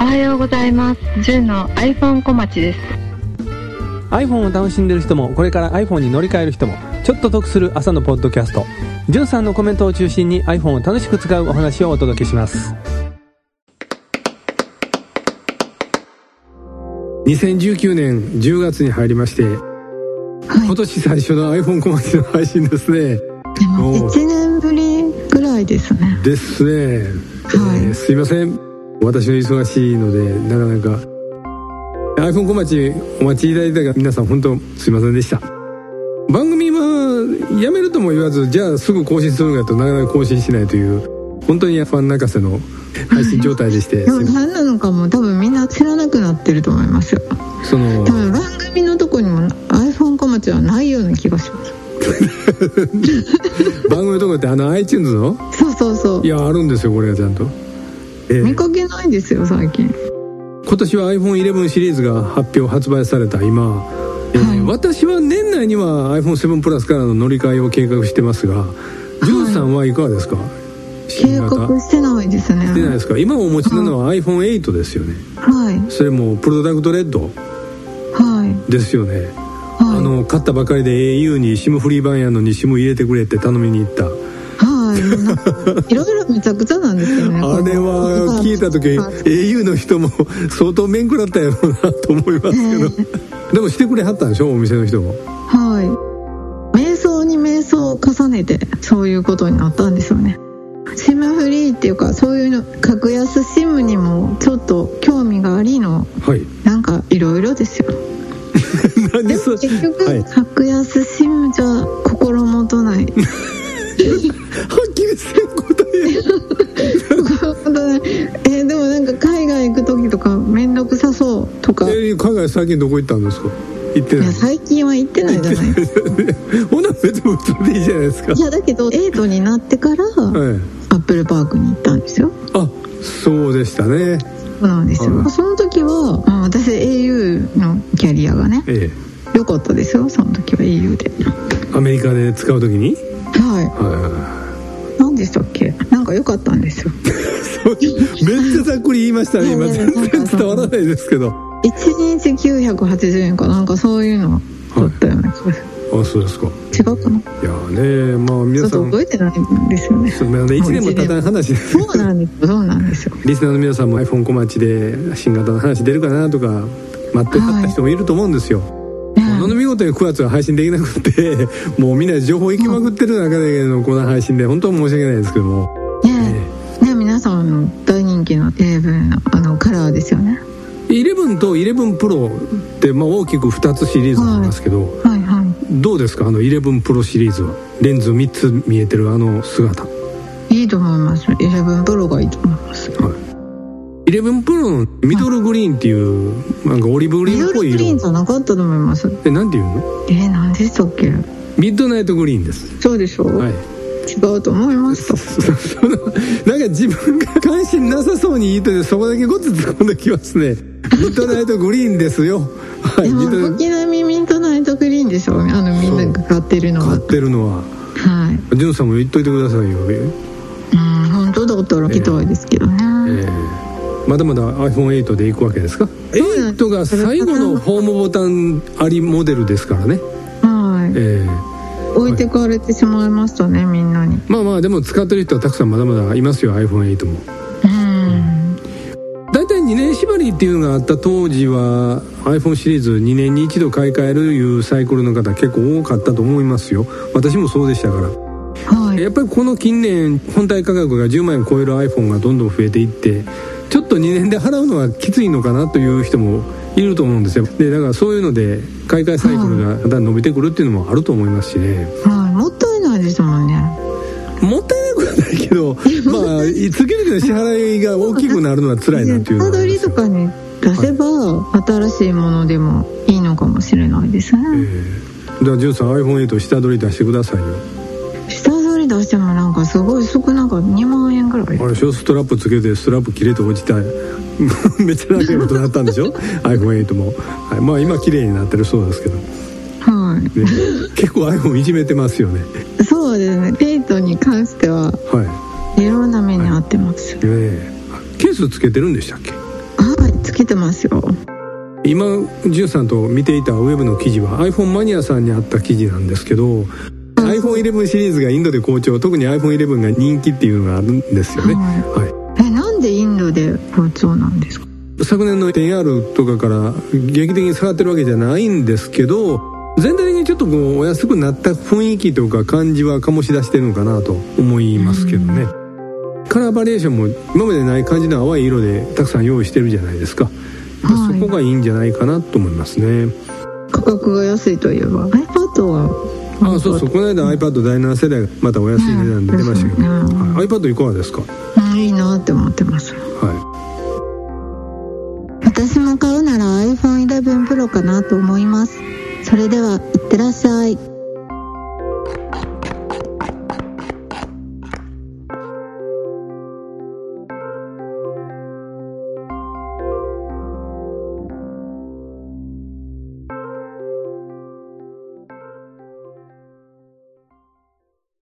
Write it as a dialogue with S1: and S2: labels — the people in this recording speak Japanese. S1: おはようございます。10の iPhone 小町です。
S2: iPhone を楽しんでる人もこれから iPhone に乗り換える人もちょっと得する朝のポッドキャストじゅんさんのコメントを中心に iPhone を楽しく使うお話をお届けします
S3: 2019年10月に入りまして、今年最初の iPhone 小町の配信ですね
S1: でも
S3: おう
S1: 1年ぶりぐらいですね。
S3: ですね、
S1: はい
S3: えーすいません私の忙しいのでなかなか iPhone 小町お待ちいただいたが皆さん本当すいませんでした番組はやめるとも言わずじゃあすぐ更新するのかとなかなか更新しないという本当にファン泣かせの配信状態でして
S1: でも
S3: すいません
S1: 何なのかも多分みんな知らなくなってると思いますよ。
S3: その
S1: 多分番組のとこにも iPhone 小町はないような気がします。
S3: 番組のとこってあの iTunes の
S1: そうそうそう
S3: い。やあるんですよこれがちゃんと、えー
S1: 見かけないですよ最近。
S3: 今年は iPhone11 シリーズが発表発売された今、えー
S1: はい
S3: 私は年内には iPhone7 プラスからの乗り換えを計画してますがジュンさんはいかがですか、
S1: 計
S3: 新
S1: 画
S3: 型
S1: してないですね。
S3: してないですか今お持ちなのは iPhone8 ですよね
S1: はい
S3: それもプロダクトレッド
S1: はい
S3: ですよねあ
S1: はい
S3: の買ったばかりで au に SIM フリー版やのに SIM 入れてくれって頼みに行った
S1: はいもうなんか。いろいろめちゃくちゃなんですよね。
S3: あれは聞いた時 au の人も相当面食らったやろうなと思いますけどでもしてくれはったんでしょお店の人も
S1: はい。瞑想に瞑想を重ねて、そういうことになったんですよね。シムフリーっていうか、そういうの、格安シムにも、ちょっと興味がありの、
S3: はい
S1: なんかいろいろですよ。
S3: 何
S1: で
S3: そ
S1: も
S3: れ
S1: 結局、
S3: はい、は
S1: 格安シムじゃ心もとない。
S3: っきりせんこと言う
S1: 心もとない。えーでもなんか海外行く時とか、めんどくさそうとか。い
S3: え海外最近どこ行ったんですか行ってない
S1: や、最近は行ってないじゃないですか。
S3: ほな別にそれでいいじゃないですか
S1: いや、だけど、エイトになってから、
S3: はい
S1: アップルパークに行ったんですよ。
S3: あそうでしたね
S1: そうなんです
S3: は
S1: よ。
S3: い
S1: その時は、うん私 au のキャリアがね、
S3: ええ
S1: 良かったですよ。その時は au で。
S3: アメリカで使う時に
S1: は
S3: はいはいはい
S1: い。何でしたっけ？なんか良かったんですよ。
S3: そうめっちゃざっくり言いましたね今
S1: いやいや
S3: 全然伝わらないですけど
S1: 一日980円かなんかそういうのだったような気がする。
S3: あそうですか
S1: 違うかな？
S3: いやーねまあ
S1: ちょ
S3: 皆
S1: っ
S3: さ
S1: と
S3: ん
S1: 覚えてないんですよね。
S3: そうまあね、1年も経たない話です
S1: そうなんですよ。そうなんですよ。
S3: リスナーの皆さんも iPhone 小町で新型の話出るかなとか待ってはった人もいると思うんですよ、もの見事に9月は配信できなくて もうみんな情報行きまくってる中でのこの配信で本当申し訳ないですけども
S1: ねえ、ねえ皆さんの大人気の英文のあのカラーですよね。
S3: 11と 11Pro ってまあ大きく2つシリーズありますけど、
S1: はいはい。
S3: どうですかあの 11Pro シリーズはレンズ3つ見えてるあの姿、はい
S1: いいと思います。11プロがいいと思います。
S3: い、11Pro のミドルグリーンっていうなんかオリーブグリ
S1: ミ
S3: ーン
S1: ド
S3: っ
S1: ル
S3: ぽい
S1: グリー
S3: 色
S1: ンじゃなかったと思います。
S3: えなんていうの
S1: えー、何でしたっけ
S3: ミッドナイトグリーンです
S1: そうでしょう、
S3: はい
S1: 違うと思いました
S3: そその なんか自分が関心なさそうに言っててそこだけごつ突っ込んできますねミッドナイトグリーンですよはい
S1: で
S3: ミ
S1: も
S3: ッドナイト
S1: 軒並みミントナイトグリーンでしょあのみんなが買ってるのは
S3: 買ってるのは
S1: はい
S3: ジュンさんも言っといてくださいよ、え
S1: うん本当だったら行きたいですけどね、
S3: ーまだまだ iPhone8 でいくわけですか
S1: うなんです
S3: 8が最後のホームボタンありモデルですからね、
S1: はい
S3: えー
S1: 置いてかれてしまいましたねみんなに
S3: まあまあでも使ってる人はたくさんまだまだいますよ iPhone8 も
S1: うん
S3: 大体2年縛りっていうのがあった当時は iPhone シリーズ2年に1度買い替えるいうサイクルの方結構多かったと思いますよ私もそうでしたから
S1: はい
S3: やっぱりこの近年本体価格が10万円超える iPhone がどんどん増えていってちょっと2年で払うのはきついのかなという人もいると思うんですよでだからそういうので買い替えサイクルがだんだん伸びてくるっていうのもあると思いますしね
S1: はいもったいないですもんね
S3: もったいなくはないけ どまあ月々の支払いが大きくなるのは辛いなっていうのはあ
S1: 取
S3: りま
S1: り
S3: す
S1: と
S3: よ
S1: かに出せば、新しいものでもいいのかもしれないです
S3: え
S1: ね、
S3: ーじゃあジュンさん iPhone8 下取り出してくださいよ
S1: 下取り出してもなんかすごい少なかった2万円ぐらい
S3: あれでしょストラップつけてストラップ切れて落ちた めっちゃ長いことになったんでしょ iPhone8 も、はい、まあ今綺麗になってるそうですけど、ね、
S1: はい
S3: 結構 iPhone いじめてますよね
S1: そうですねデートに関しては
S3: は
S1: いろんな目に遭ってます
S3: ええケースつけてるんでしたっけ
S1: はいつけてますよ
S3: 今ジュンさんと見ていたウェブの記事は iPhone マニアさんにあった記事なんですけど iPhone11 シリーズがインドで好調特に iPhone11 が人気っていうのがあるんですよね、
S1: は
S3: はい、
S1: えなんでインドで好調なんですか
S3: 昨年の 10R とかから劇的に下がってるわけじゃないんですけど全体的にちょっとこうお安くなった雰囲気とか感じは醸し出してるのかなと思いますけどね、カラーバリエーションも今までない感じの淡い色でたくさん用意してるじゃないですかやっぱ
S1: はい
S3: そこがいいんじゃないかなと思いますね、
S1: 価格が安いといえば iPad は
S3: あそうそうこの間 iPad 第7世代がまたお安い値段で出ましたけど、
S1: うんうん
S3: はい、iPad いかがですか
S1: うんいいなって思ってます
S3: は
S1: 私も買うなら iPhone11 Pro かなと思いますそれではいってらっしゃい